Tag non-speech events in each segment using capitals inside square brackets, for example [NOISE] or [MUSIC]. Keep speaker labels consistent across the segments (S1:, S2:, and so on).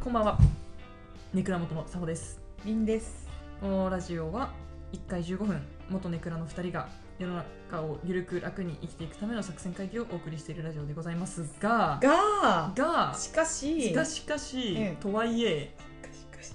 S1: こんばんは。ネクラ元のさほです。
S2: りんです。
S1: このラジオは1回15分、元ネクラの2人が世の中をゆるく楽に生きていくための作戦会議をお送りしているラジオでございますが、
S2: が、
S1: が、
S2: しかし、
S1: しかしかし、
S2: ええ
S1: とはいえ、
S2: しかし、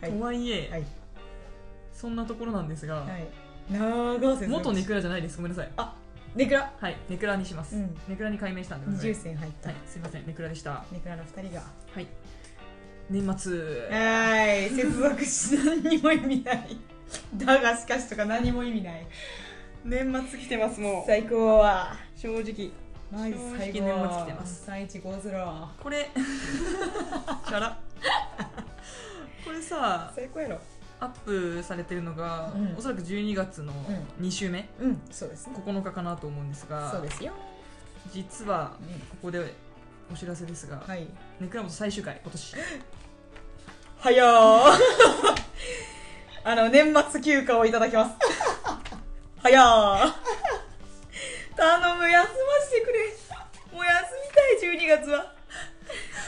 S2: はい
S1: とはいえ、
S2: はい
S1: そんなところなんですが、
S2: はい。長瀬
S1: 元ネクラじゃないです。ごめんなさい。
S2: ネクラ。
S1: はい、ネクラにします。
S2: うん
S1: ネクラに改名したんでご
S2: 二
S1: ざいま
S2: 重
S1: す。
S2: 線入った、
S1: はい、すいません、ネクラでした。
S2: ネクラの二人が。
S1: はい。年末。
S2: はい、接続し、何にも意味ない。だが、しかしとか、何も意味ない。
S1: 年末来てます、も
S2: 最高は。
S1: う。正直。
S2: マジ
S1: 正
S2: 最
S1: 直年
S2: 高。
S1: 末来てます。
S2: 三一五ゼロ。
S1: これ [LAUGHS] チャラこれさ
S2: 最高やろ。
S1: アップされてるのが、
S2: うん
S1: おそらく12月の2週目、
S2: うん、そうですね。
S1: 9日かなと思うんです
S2: そう
S1: が
S2: ですよ。
S1: 実は
S2: ね
S1: ここでお知らせですが、
S2: はい。
S1: ネクラモト最終回今年
S2: はやー [LAUGHS] あの年末休暇をいただきますはやー頼む休ませてくれもう休みたい12月は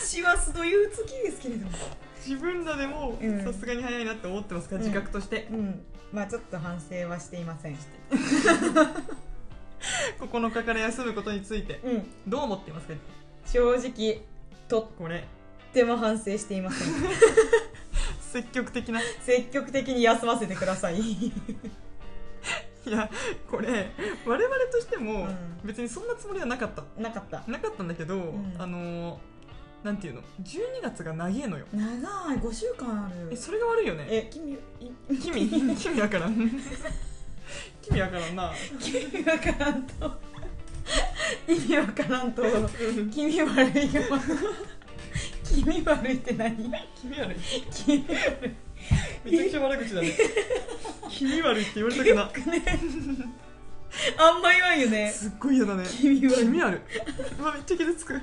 S2: 師走という月ですけれども
S1: [LAUGHS] 自分らでも
S2: うん
S1: さすがに早いなって思ってますから、
S2: うん
S1: 自覚として
S2: うんまあちょっと反省はしていません
S1: 9日から休むことについて
S2: うん
S1: どう思ってますか
S2: 正直と
S1: これ
S2: っても反省していません
S1: 積極的な
S2: 積極的に休ませてください [LAUGHS]
S1: いやこれ我々としても
S2: うん
S1: 別にそんなつもりはなかった
S2: なかった
S1: なかったんだけど、
S2: ん
S1: あのーなんていうの12月が長えのよ
S2: 長い5週間あ
S1: え
S2: る
S1: それが悪いよね
S2: え君い
S1: 君君やからん君やからんな
S2: 意味わからんと意味わからんと君悪いよ君悪いって何
S1: 君悪い
S2: 君悪い
S1: めちゃくちゃ悪口だね君悪いって言われたくな
S2: くねあんま言わんよね
S1: すっごい嫌だね
S2: 君悪い
S1: 君悪いうわめっちゃ傷つく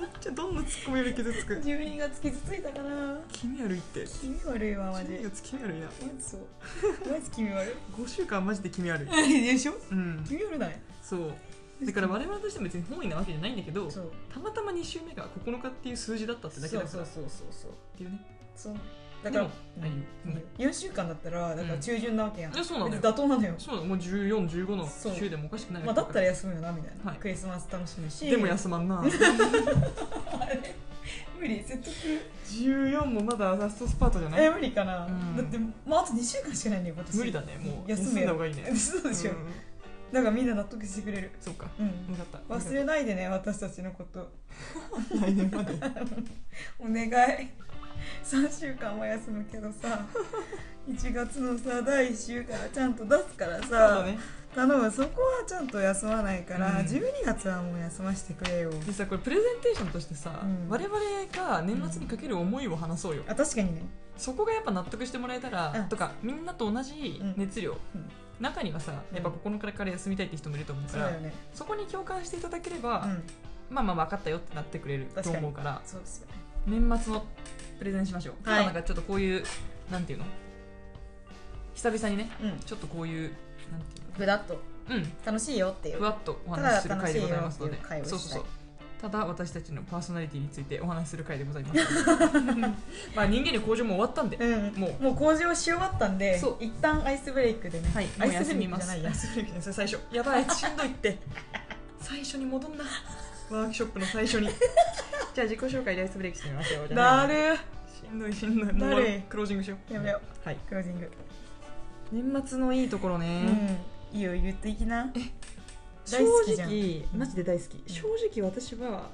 S1: めっちゃどんなツッコミより傷つく
S2: 12月傷ついたかな
S1: 君悪いって
S2: 君悪いわマジ
S1: 12月君悪いな
S2: そうマジ君悪
S1: 5週間マジで君悪い
S2: いでしょ
S1: うん
S2: 君悪ない
S1: そうだから我々としても別に本意なわけじゃないんだけど
S2: そう
S1: たまたま2週目が9日っていう数字だったってだけだか
S2: そう
S1: らっ
S2: そうそうそう
S1: ていうね
S2: そうだから
S1: でも何よ
S2: 4週間だったらだから中旬なわけやん、
S1: いやそうなのよ
S2: 別に妥当なのよ
S1: そうだもう1415の
S2: そう
S1: 週でもおかしくない
S2: まあ、だったら休むよなみたいな、
S1: はい
S2: クリスマス楽しむし
S1: でも休まん
S2: [LAUGHS]
S1: な
S2: 無理説得
S1: 14もまだラストスパートじゃない
S2: え無理かな、
S1: うん
S2: だってまああと2週間しかないんだよ今年
S1: 無理だねもう
S2: 休
S1: 休
S2: め
S1: んだ
S2: よ
S1: 方がいいね
S2: [LAUGHS] そうでしょ、
S1: うん
S2: だからみんな納得してくれる
S1: そうか
S2: うん
S1: 分かった
S2: 忘れないでね私たちのこと
S1: [LAUGHS] 来年まで
S2: [LAUGHS] お願い3週間は休むけどさ1月のさ第1週からちゃんと出すから
S1: そうだ
S2: さ、
S1: ね
S2: 頼むそこはちゃんと休まないから、
S1: うん
S2: 12月はもう休ませてくれよ
S1: でさこれプレゼンテーションとしてさ、
S2: うん
S1: 我々が年末にかける思いを話そうよ、
S2: あ確かにね
S1: そこがやっぱ納得してもらえたら、
S2: うん
S1: とかみんなと同じ熱量、
S2: うん
S1: 中にはさやっぱ9日から休みたいって人もいると思うか
S2: そう
S1: ら、
S2: だよね
S1: そこに共感していただけれ
S2: う
S1: ば、
S2: ん
S1: まあまあ分かったよってなってくれると思うから
S2: そうですよね
S1: 年末のプレゼンしましょう、
S2: はい
S1: 今なんかちょっとこういうなんていうの久々にね
S2: うん
S1: ちょっとこういうなんていう
S2: ふだっと
S1: のうん
S2: 楽しいよっていう
S1: ふわっとお話しする回でございますので
S2: ただ楽しいよっていう会をした
S1: そうそうそ
S2: い
S1: うただ私たちのパーソナリティについてお話しする回でござい
S2: [LAUGHS]
S1: ますまあ人間の向上も終わったんで、
S2: うん、
S1: もう
S2: もう工事をし終わったんで
S1: そう
S2: 一旦アイスブレイクでね、
S1: はいも
S2: アイ
S1: う
S2: ス
S1: 休
S2: ブレ
S1: み
S2: イク
S1: ま
S2: じゃ
S1: す
S2: ないや
S1: 休みます最初やばいしんどい
S2: [LAUGHS]
S1: って最初に戻んなワークショップの最初にじゃあ自己紹介でアイスブレイクしてみましょうじゃあ
S2: だる
S1: しんどいしんどいもう
S2: だるい
S1: クロージングしよう
S2: やめよ
S1: うはい
S2: クロージング、
S1: 年末のいいところ
S2: う
S1: ね、
S2: んいいよ言っていきな
S1: 正
S2: 大好きじゃん
S1: 直マジで大好き、
S2: ん
S1: 正直私は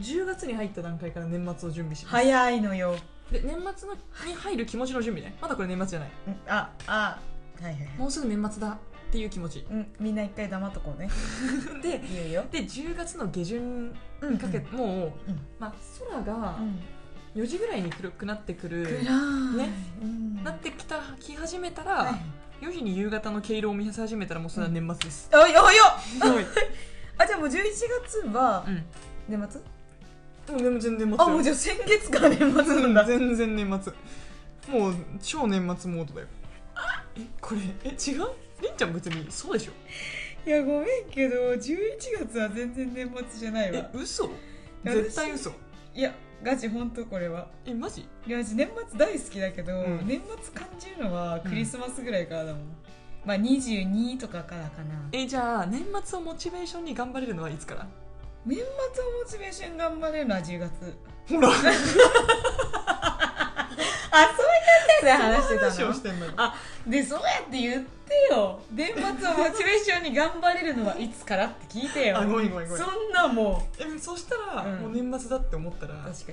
S1: 10月に入った段階から年末を準備します、
S2: 早いのよ
S1: で年末のに入る気持ちの準備ねまだこれ年末じゃない
S2: うんああはいはいはい
S1: もうすぐ年末だっていう気持ち
S2: うん、みんな一回黙っとこうね
S1: で
S2: 言うよ
S1: で10月の下旬
S2: う
S1: にかけ、
S2: う
S1: もう、
S2: うん
S1: まあ、空が
S2: うん
S1: 4時ぐらいに黒くなってくる、
S2: 暗い
S1: ね
S2: うん
S1: なってきたき始めたら、
S2: はい
S1: 4時に夕方の毛色を見せ始めたらもうそれは年末です、
S2: あいや早っ
S1: すごい、
S2: あじゃあもう11月は
S1: う
S2: 年末
S1: ん、もう全然年末
S2: あもうじゃあ先月から年末なんだ
S1: 全然年末もう超年末モードだよえこれえ違うりんちゃん別にそうでしょ
S2: いやごめんけど11月は全然年末じゃない
S1: え
S2: わ
S1: 嘘
S2: や
S1: 絶対嘘
S2: いやガチ本当これは
S1: えマジ
S2: いや私年末大好きだけど、
S1: うん
S2: 年末感じるのはクリスマスぐらいからだもん、まあ22とかからかな
S1: えじゃあ年末をモチベーションに頑張れるのはいつから
S2: 年末をモチベーション頑張れるのは10月
S1: ほら
S2: あそうやって話してたの
S1: 話をしてんのよ
S2: あでそうやって言ってよ年末をモチベーションに頑張れるのはいつからって聞いてよ
S1: あごめんごめんごめん
S2: そんなも
S1: えそしたら、
S2: う
S1: も
S2: ん
S1: う年末だって思ったら
S2: う確か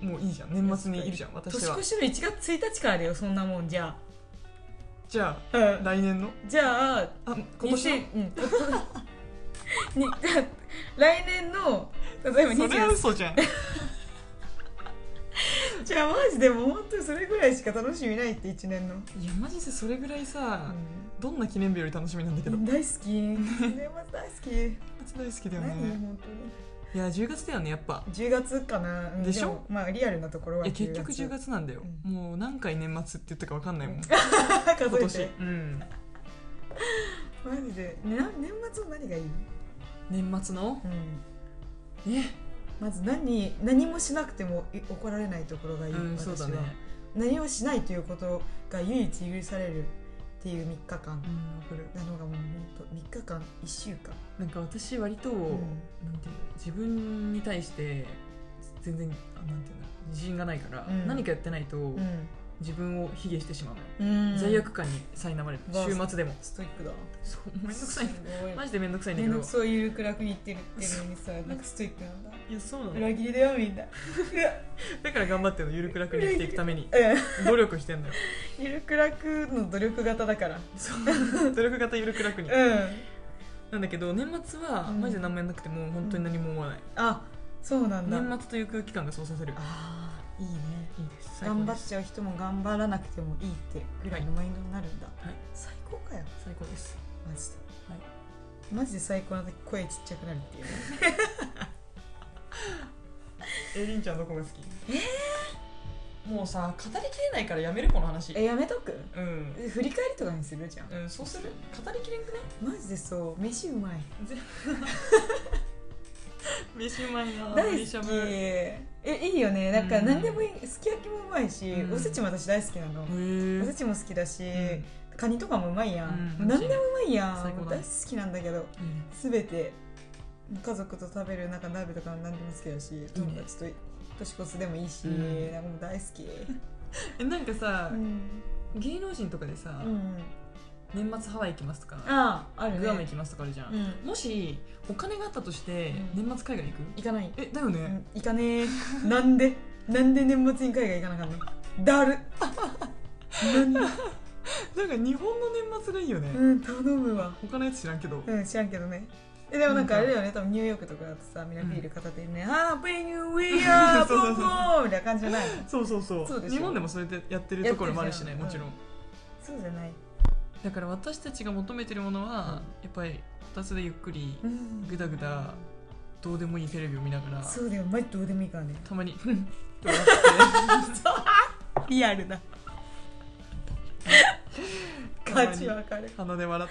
S2: に
S1: もういいじゃん年末にいるじゃん私
S2: 年
S1: は
S2: 越しの1月1日からだよそんなもんじゃ
S1: じゃ
S2: あ、
S1: あ来年の
S2: じゃあ
S1: あ今年の
S2: 2000うん [LAUGHS] に来年の例えば
S1: それは
S2: 20
S1: 嘘じゃん
S2: じゃあマジでもう本当にそれぐらいしか楽しみないって1年の、
S1: いやマジでそれぐらいさ、
S2: う
S1: どんな記念日より楽しみなんだけど
S2: ん、大好
S1: [LAUGHS]
S2: き年末大好き
S1: 年末大好きだよ
S2: 何
S1: ね
S2: 本当に
S1: いや10月だよねやっぱ
S2: 10月かなうん
S1: でしょ
S2: もまあリアルなところはい
S1: や結局10月なんだよ、
S2: う
S1: もう何回年末って言ったか分かんないもん
S2: [LAUGHS] 数
S1: [LAUGHS] 今
S2: え
S1: 年
S2: て
S1: うん
S2: マジでな年末は何がいい、
S1: 年末の
S2: うん、
S1: え
S2: まず何何もしなくてもい怒られないところがいい、
S1: うんそうだね
S2: 私は何もしないということが唯一許されるっていう3日
S1: う
S2: 間
S1: んわかる
S2: なのがもう本当3日間1週間
S1: なんか私割と、
S2: ん
S1: なんていうの自分に対して全然あなんていうの自信がないから、
S2: うん
S1: 何かやってないと、自分を卑下してしまうのよ、
S2: うん
S1: 罪悪感に苛まれる
S2: うわ
S1: 週末でも
S2: ストイックだ
S1: そうめんどくさい
S2: すごい
S1: マジでめんどくさいんだ
S2: め
S1: け
S2: ん
S1: ど
S2: どくそういう楽に言ってるっていうのにさなんかストイックなんだ
S1: いやそうなの
S2: 裏切りだよみんな
S1: だから頑張ってるのゆるく楽に生きていくため [LAUGHS] に
S2: う
S1: 努力してんのよ
S2: んゆるく楽の努力型だから
S1: そう [LAUGHS] 努力型ゆるく楽に
S2: うん
S1: なんだけど年末は
S2: うん
S1: マジで何もやんなくても本当に何も思わない、
S2: あそうなんだ
S1: 年末という空気感がそうさせる
S2: ああいいね
S1: いいです最高
S2: 頑張
S1: で
S2: っ
S1: す
S2: ちゃう人も頑張らなくてもいいってぐらいのマインドになるんだ、
S1: はい
S2: 最高かよ
S1: 最高です
S2: マジで、
S1: はい
S2: マジで最高な時声ちっちゃくなるっていうね
S1: えりんちゃんどこが好きええもうさ語りきれないからやめるこの話
S2: えやめとく
S1: うん、
S2: 振り返りとかにするじゃん
S1: うん、そうする語りきれんくない
S2: マジでそう飯うまい
S1: 飯うまいな
S2: 大好きえいいよねなんか
S1: うん
S2: 何でもいいすき焼きもうまいし、
S1: うん
S2: おせちも私大好きなの、おせ
S1: え
S2: ちも好きだし、
S1: え
S2: カニとかもうまいやん、も
S1: う
S2: うん何でもうまいや
S1: 最
S2: ん
S1: 高だ
S2: もう大好きなんだけど全て家族と食べるなんか鍋とかも何でも好きだし友達と年越すでもいいし、
S1: うん
S2: なんかもう大好き、
S1: えなんかさ
S2: うん
S1: 芸能人とかでさ
S2: うん、
S1: 年末ハワイ行きますとか
S2: あああるね
S1: グアム行きますとかあるじゃ
S2: うん
S1: んもしお金があったとして
S2: うん
S1: 年末海外行く
S2: 行かない
S1: えだよ
S2: う
S1: ね
S2: ん行かねえなんでなんで年末に海外行かなかったのだるなんで
S1: なんか日本の年末がいいよね
S2: うん頼むわ
S1: 他のやつ知らんけど
S2: うん知らんけどねえでもなんかあれだよね多分ニューヨークとかだとさみんなビール片手にね「ハーピーニューウィーアー
S1: そ
S2: ボ
S1: うそうそう
S2: ンボン!」みたいな感じじゃないの
S1: そうそうそ
S2: そうで
S1: う
S2: すよ
S1: 日本でもそれでやってるところもあるしね
S2: やって
S1: も
S2: るじ
S1: ち
S2: ゃん
S1: ろん
S2: そうじゃない
S1: だから私たちが求めてるものはやっぱり2つでゆっくり
S2: うん
S1: ぐだぐだどうでもいいテレビを見ながら
S2: そうだよマジどうでもいいからね
S1: たまに「
S2: [LAUGHS]
S1: ふん」って笑って
S2: リアルだ
S1: ガ
S2: ガ
S1: チ
S2: チ
S1: わ
S2: わかる
S1: 鼻で笑っ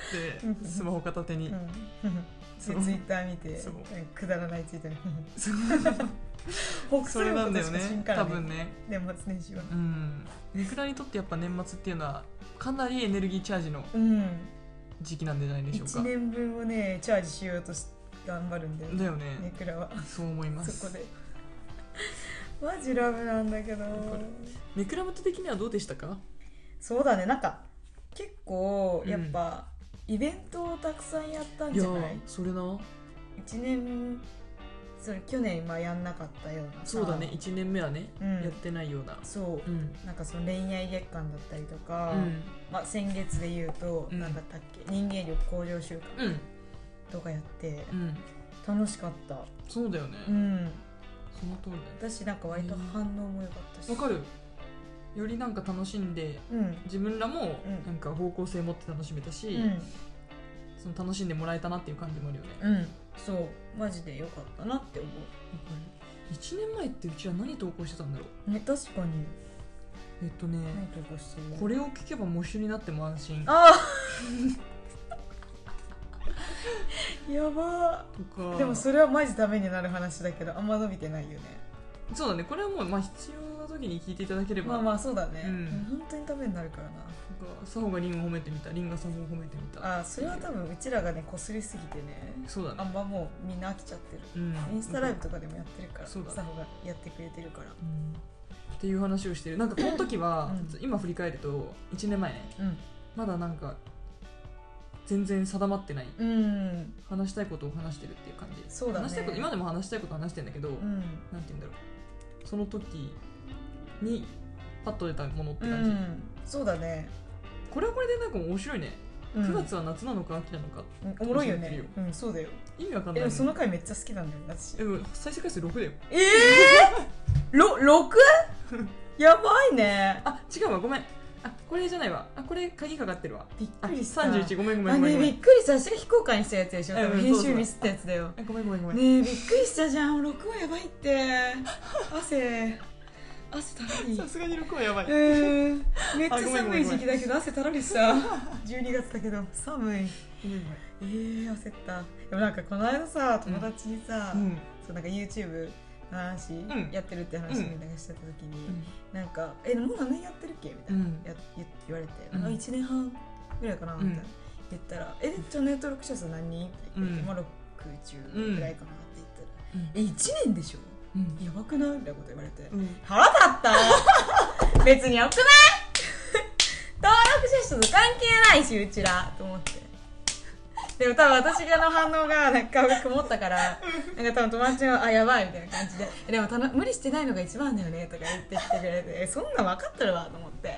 S1: てスマホ片手
S2: う
S1: に
S2: んツ
S1: そ
S2: イ
S1: う
S2: ッター見て
S1: そう
S2: くだらないツイートに
S1: そう
S2: 北
S1: それなんだよ
S2: 斎王としか知ん
S1: ね
S2: から
S1: 多分ね
S2: 年末年始は
S1: うんネクラにとってやっぱ年末っていうのはかなりエネルギーチャージの
S2: うん
S1: 時期なんじゃないでしょう
S2: 1
S1: か
S2: 年分をねチャージしようとし頑張るんだよ
S1: だ
S2: ね
S1: よね
S2: ネクラは
S1: そう思います
S2: そこでマジラブなんだけど
S1: かるネクラムト的にはどうでしたか
S2: そうだねなんか結構
S1: うん
S2: やっぱ、イベントをたくさんやったん
S1: い
S2: じ
S1: や
S2: ゃない
S1: それな
S2: ?1 年それ去年まあやんなかったようなさ
S1: そうだね1年目はね
S2: うん
S1: やってないような
S2: そう
S1: うん
S2: うなんかその恋愛月間だったりとか、
S1: うん
S2: まあ、先月で言うと、
S1: うん
S2: なんだったっけ人間力向上週間
S1: うん
S2: とかやって
S1: うん
S2: 楽しかった
S1: そうだよね
S2: うん
S1: その通りだよ
S2: 私なんか割と反応も良かったし
S1: わかるよりなんか楽しんで
S2: うん
S1: 自分らも
S2: うん
S1: なんか方向性持って楽しめたし、
S2: うん
S1: その楽しんでもらえたなっていう感じもあるよね、
S2: うんそうマジで良かったなって思
S1: 1年前ってうちら何投稿してたんだろう
S2: うね確かに
S1: えっとね、
S2: 何投稿してる
S1: これを聞けば喪主になっても安心とか
S2: あ [LAUGHS] あやばーでもそれはマジダメになる話だけどあんま伸びてないよね
S1: そうだねこれはもうまあ必要な時に聞いていただければ、
S2: まあまあそうだね、
S1: うん
S2: 本当にダメになるからな
S1: なんか佐穂がリンを褒めてみたリンが佐穂を褒めてみた
S2: あーそれは多分うちらがねこすりすぎてね
S1: そうだ
S2: あ
S1: ね
S2: んまもうみんな飽きちゃってる
S1: うん
S2: インスタライブとかでもやってるから
S1: そうだね
S2: サホがやってくれてるから
S1: うんっていう話をしてるなんかこの時は、
S2: うん
S1: 今振り返ると1年前ね
S2: うん
S1: まだなんか全然定まってない
S2: うん
S1: 話したいことを話してるっていう感じ
S2: そうだね
S1: 話したいこと今でも話したいこと話してんだけど、
S2: う
S1: な
S2: ん
S1: んて言うんだろうその時にパッと出たものって
S2: う
S1: 感じ、
S2: んそうだね
S1: これはこれでなんか面白いね、
S2: うん
S1: 9月は夏なのか秋なのか
S2: うんおもろいよ
S1: 楽し
S2: ね
S1: ん
S2: うんそうだよ
S1: 意味わかん
S2: え
S1: ないも
S2: でも
S1: ん
S2: その回めっちゃ好きなんだよね私
S1: でも再生回数6だよ
S2: ええろ
S1: [LAUGHS]
S2: 6? やばいね
S1: あ違うわごめんあこれじゃないわあこれ鍵かかってるわ
S2: びっ
S1: あ
S2: くりした
S1: 31ごめんごめ
S2: あ
S1: んごめん
S2: ね
S1: ごめ
S2: びっ
S1: ん
S2: くりした私が非公開にしたやつでしょ
S1: う
S2: 多
S1: んう
S2: 分
S1: ん
S2: 編
S1: そう
S2: 集
S1: そう
S2: ミスったやつだよ
S1: あごめんごめんごめん、
S2: ねえびっくりしたじゃん録音やばいって汗汗たらり
S1: さすがに6はやばい、
S2: うんめっちゃ
S1: あごめんご
S2: 寒
S1: めん
S2: い時期だけど汗たらりした12月だけど寒い
S1: ごめんご
S2: えー、焦ったでもなんかこの間さ友達にさ、
S1: めんうん
S2: そうなんか YouTube の話、
S1: ん
S2: やってるって話
S1: うん
S2: みんながしてた時に、なんか「えもう何年やってるっけ?」みたいな、
S1: うん
S2: や言言われて「
S1: うん
S2: あ1年半ぐらいかな」みたいな、
S1: うん
S2: 言ったら「えでチャンネル登録者数何人?」って言って「
S1: うん
S2: まあ60ぐらいかな」って言ったら「
S1: うん
S2: え1年でしょ
S1: うん
S2: やばくない?」みたいなこと言われて、
S1: うん
S2: 腹立った [LAUGHS] 別によくない登録者数と関係ないしうちらと思ってでも多分私がの反応がなんか顔が曇ったからなんか多分友達が「あやばい」みたいな感じで「でもたの無理してないのが一番だよね」とか言ってきてくれてえ「そんなん分かってるわ」と
S1: [LAUGHS]
S2: 思って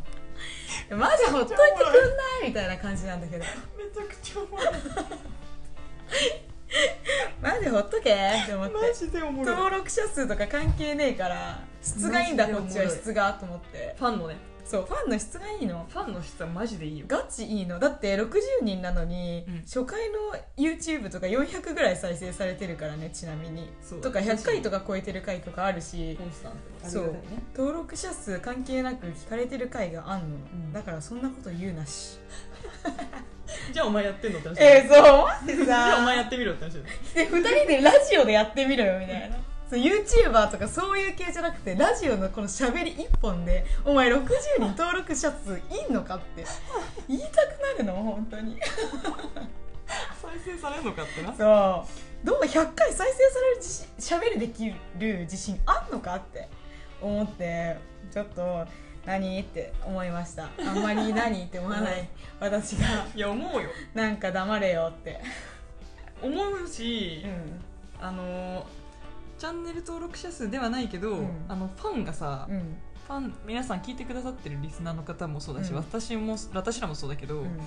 S2: 「マジほっといてくんない?」みたいな感じなんだけど
S1: めちゃくちゃおもろい
S2: 「マジほっとけ」って思って
S1: マジでおもろい
S2: 登録者数とか関係ねえから質がいいんだこっちは質がと思って
S1: ファンのね
S2: そうファンの質がいいの
S1: ファンの質はマジでいいよ
S2: ガチいいのだって60人なのに、
S1: うん
S2: 初回の YouTube とか400ぐらい再生されてるからねちなみに
S1: そう
S2: とか100回とか超えてる回とかあるし
S1: コンスタントに
S2: そう
S1: ありがたいね
S2: 登録者数関係なく聞かれてる回があんの、
S1: ん
S2: だからそんなこと言うなし
S1: じゃあお前やってんのって話
S2: えー、そうマジ
S1: じ
S2: [LAUGHS]
S1: ゃあお前や
S2: さ
S1: ってみろって話だよ
S2: で2人でラジオでやってみろよみたいなそう YouTuber とかそういう系じゃなくてラジオのこのしゃべり1本でお前60人登録者数いんのかって言いたくなるの本当に
S1: 再生されるのかってな
S2: そうどう100回再生される自信しゃべりできる自信あんのかって思ってちょっと何って思いましたあんまり何って思わない私が
S1: いや思うよ
S2: なんか黙れよって
S1: 思うし、
S2: ん
S1: あのーチャンネル登録者数ではないけど、
S2: うん
S1: あのファンがさ、
S2: うん
S1: ファン皆さん聞いてくださってるリスナーの方もそうだし、
S2: うん
S1: 私も私らもそうだけど、
S2: うん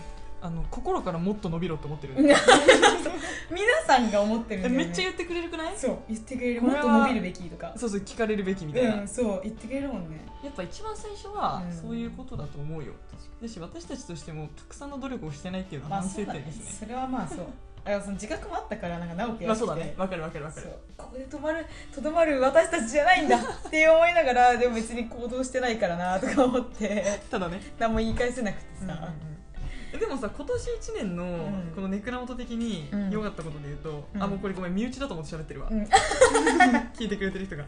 S1: あの心からもっと伸びろって思ってる、
S2: 皆さんが思ってるんだ
S1: え
S2: よ、ね、
S1: めっちゃ言ってくれるくない
S2: そう言ってくれる
S1: こ
S2: も
S1: れ
S2: っ
S1: は
S2: と伸びるべきとか
S1: そうそう聞かれるべきみたいな、
S2: うんそう言ってくれるもんね
S1: やっぱ一番最初は
S2: うん
S1: そういうことだと思うよ、だし私たちとしてもたくさんの努力をしてないっていうの
S2: ま
S1: は
S2: あ
S1: 反
S2: そう
S1: 省
S2: だ
S1: 点
S2: ね
S1: ですね,、
S2: それはまあそうあその自覚もあったからなんか直樹
S1: ま
S2: が
S1: あそうだねわかるわかるわか
S2: そ
S1: る
S2: うここで止まるとどまる私たちじゃない
S1: [LAUGHS]
S2: んだって思いながらでも別に行動してないからなとか思って
S1: ただね
S2: 何も言い返せなくて
S1: うんうん
S2: さ
S1: でもさ今年1年の
S2: うん
S1: このネクラ元的に
S2: うん
S1: 良かったことで言うと、
S2: うん
S1: あもうこれごめん身内だと思って喋ってるわ、
S2: うん
S1: [LAUGHS] 聞いてくれてる人が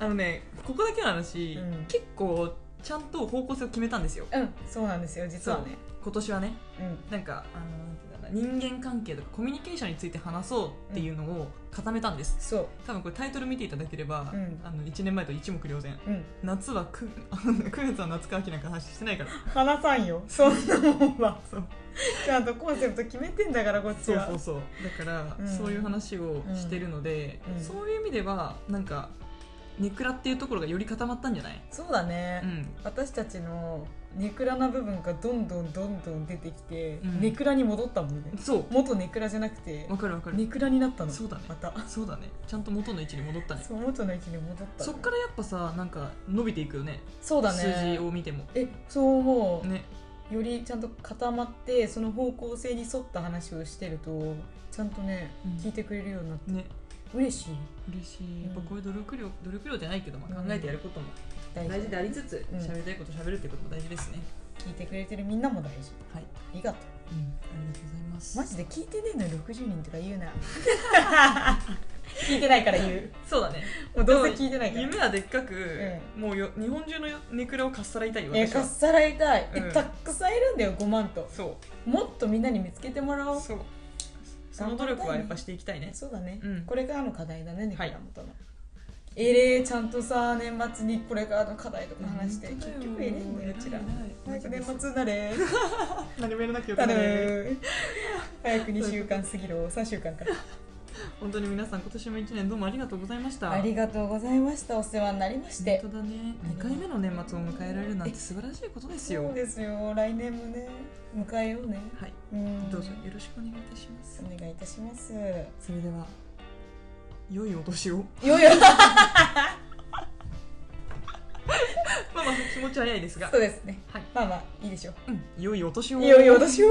S1: あのねここだけの話、
S2: うん
S1: 結構ちゃんと方向性を決めたんですよ
S2: うん、そうなんですよ実はね
S1: 今年はね
S2: うん
S1: なんかあのなんていうんだろうな人間関係とかコミュニケーションについて話そうっていうのを固めたんです、
S2: そう
S1: 多分これタイトル見ていただければ、
S2: うん
S1: あの1年前と一目瞭然
S2: うん
S1: 夏はく [LAUGHS] 9月は夏か秋なんか話してない
S2: [LAUGHS]
S1: から
S2: 話さんよそんなもんは
S1: そう
S2: ちゃんとコンセプト決めてんだからこっち
S1: そう
S2: は
S1: そうそうだから、
S2: うん
S1: そういう話をしてるので、
S2: うんうん
S1: そういう意味ではなんかネクラっていうところがより固まったんじゃない、
S2: そうだね、
S1: うん、
S2: 私たちのネクラな部分がどんどんどんどん出てきて、
S1: うん
S2: ネクラに戻ったもんね
S1: そ
S2: 元ネクラじゃなくて
S1: うわかるわかる、
S2: ネクラになったの
S1: そうだね
S2: また
S1: そうだねちゃんと元の位置に戻ったね
S2: そう元の位置に戻った
S1: そ
S2: の
S1: っからやっぱさなんか伸びていくよね
S2: そうだね
S1: 数字を見ても
S2: えそう思う、
S1: ね
S2: よりちゃんと固まってその方向性に沿った話をしてるとちゃんとね、
S1: うん
S2: 聞いてくれるようになって
S1: ね
S2: 嬉しい
S1: 嬉しいや
S2: うん
S1: っぱこういう努力量努力量じゃないけど、まあ、
S2: う
S1: 考
S2: ん
S1: えてやることも
S2: 大
S1: 大
S2: 事
S1: 事でありつつ
S2: うん
S1: 喋、りたいこと喋るってことも大事ですね
S2: 聞いてくれてるみんなも大事
S1: はい、
S2: ありがと
S1: うん、ありがとうございま
S2: う
S1: す
S2: マジで聞いてねえのに60人とか言うな聞いてないから言う
S1: そうだね
S2: もうどうせ聞いてないから
S1: 夢はでっかく、もうよ日本中のネクラをかっさらいたいよ
S2: え
S1: 私
S2: か
S1: は
S2: っさらいたい、え
S1: うん
S2: たっくさんいるんだよ5万と
S1: そう
S2: もっとみんなに見つけてもらおう
S1: そうその努力はやっぱしていきたいね
S2: そうだね、
S1: うん
S2: これからの課題だねネク
S1: は
S2: ラ
S1: い
S2: 元の、エレちゃんとさ年末にこれからの課題とか話して結局エレんだようちら早く年末に
S1: [LAUGHS]
S2: なれ
S1: 何もやらなきゃよか
S2: だ
S1: った
S2: る早く2週間過ぎろ3週間か
S1: 本当に皆さん今年も一年どうもありがとうございました
S2: ありがとうございましたお世話になりまして
S1: 本当だね2回目の年末を迎えられるなんて素晴らしいことですよ
S2: そうですよ来年もね迎えようね
S1: はい
S2: うん
S1: どうぞよろしくお願いいたします
S2: お願いいたしますよ
S1: それでは良いお [LAUGHS] 年を
S2: いよ
S1: まあまあ気持ち早いですが
S2: そうですね
S1: はい [LAUGHS]
S2: まあまあいいでしょう
S1: うん良いお年を
S2: いよいよ私を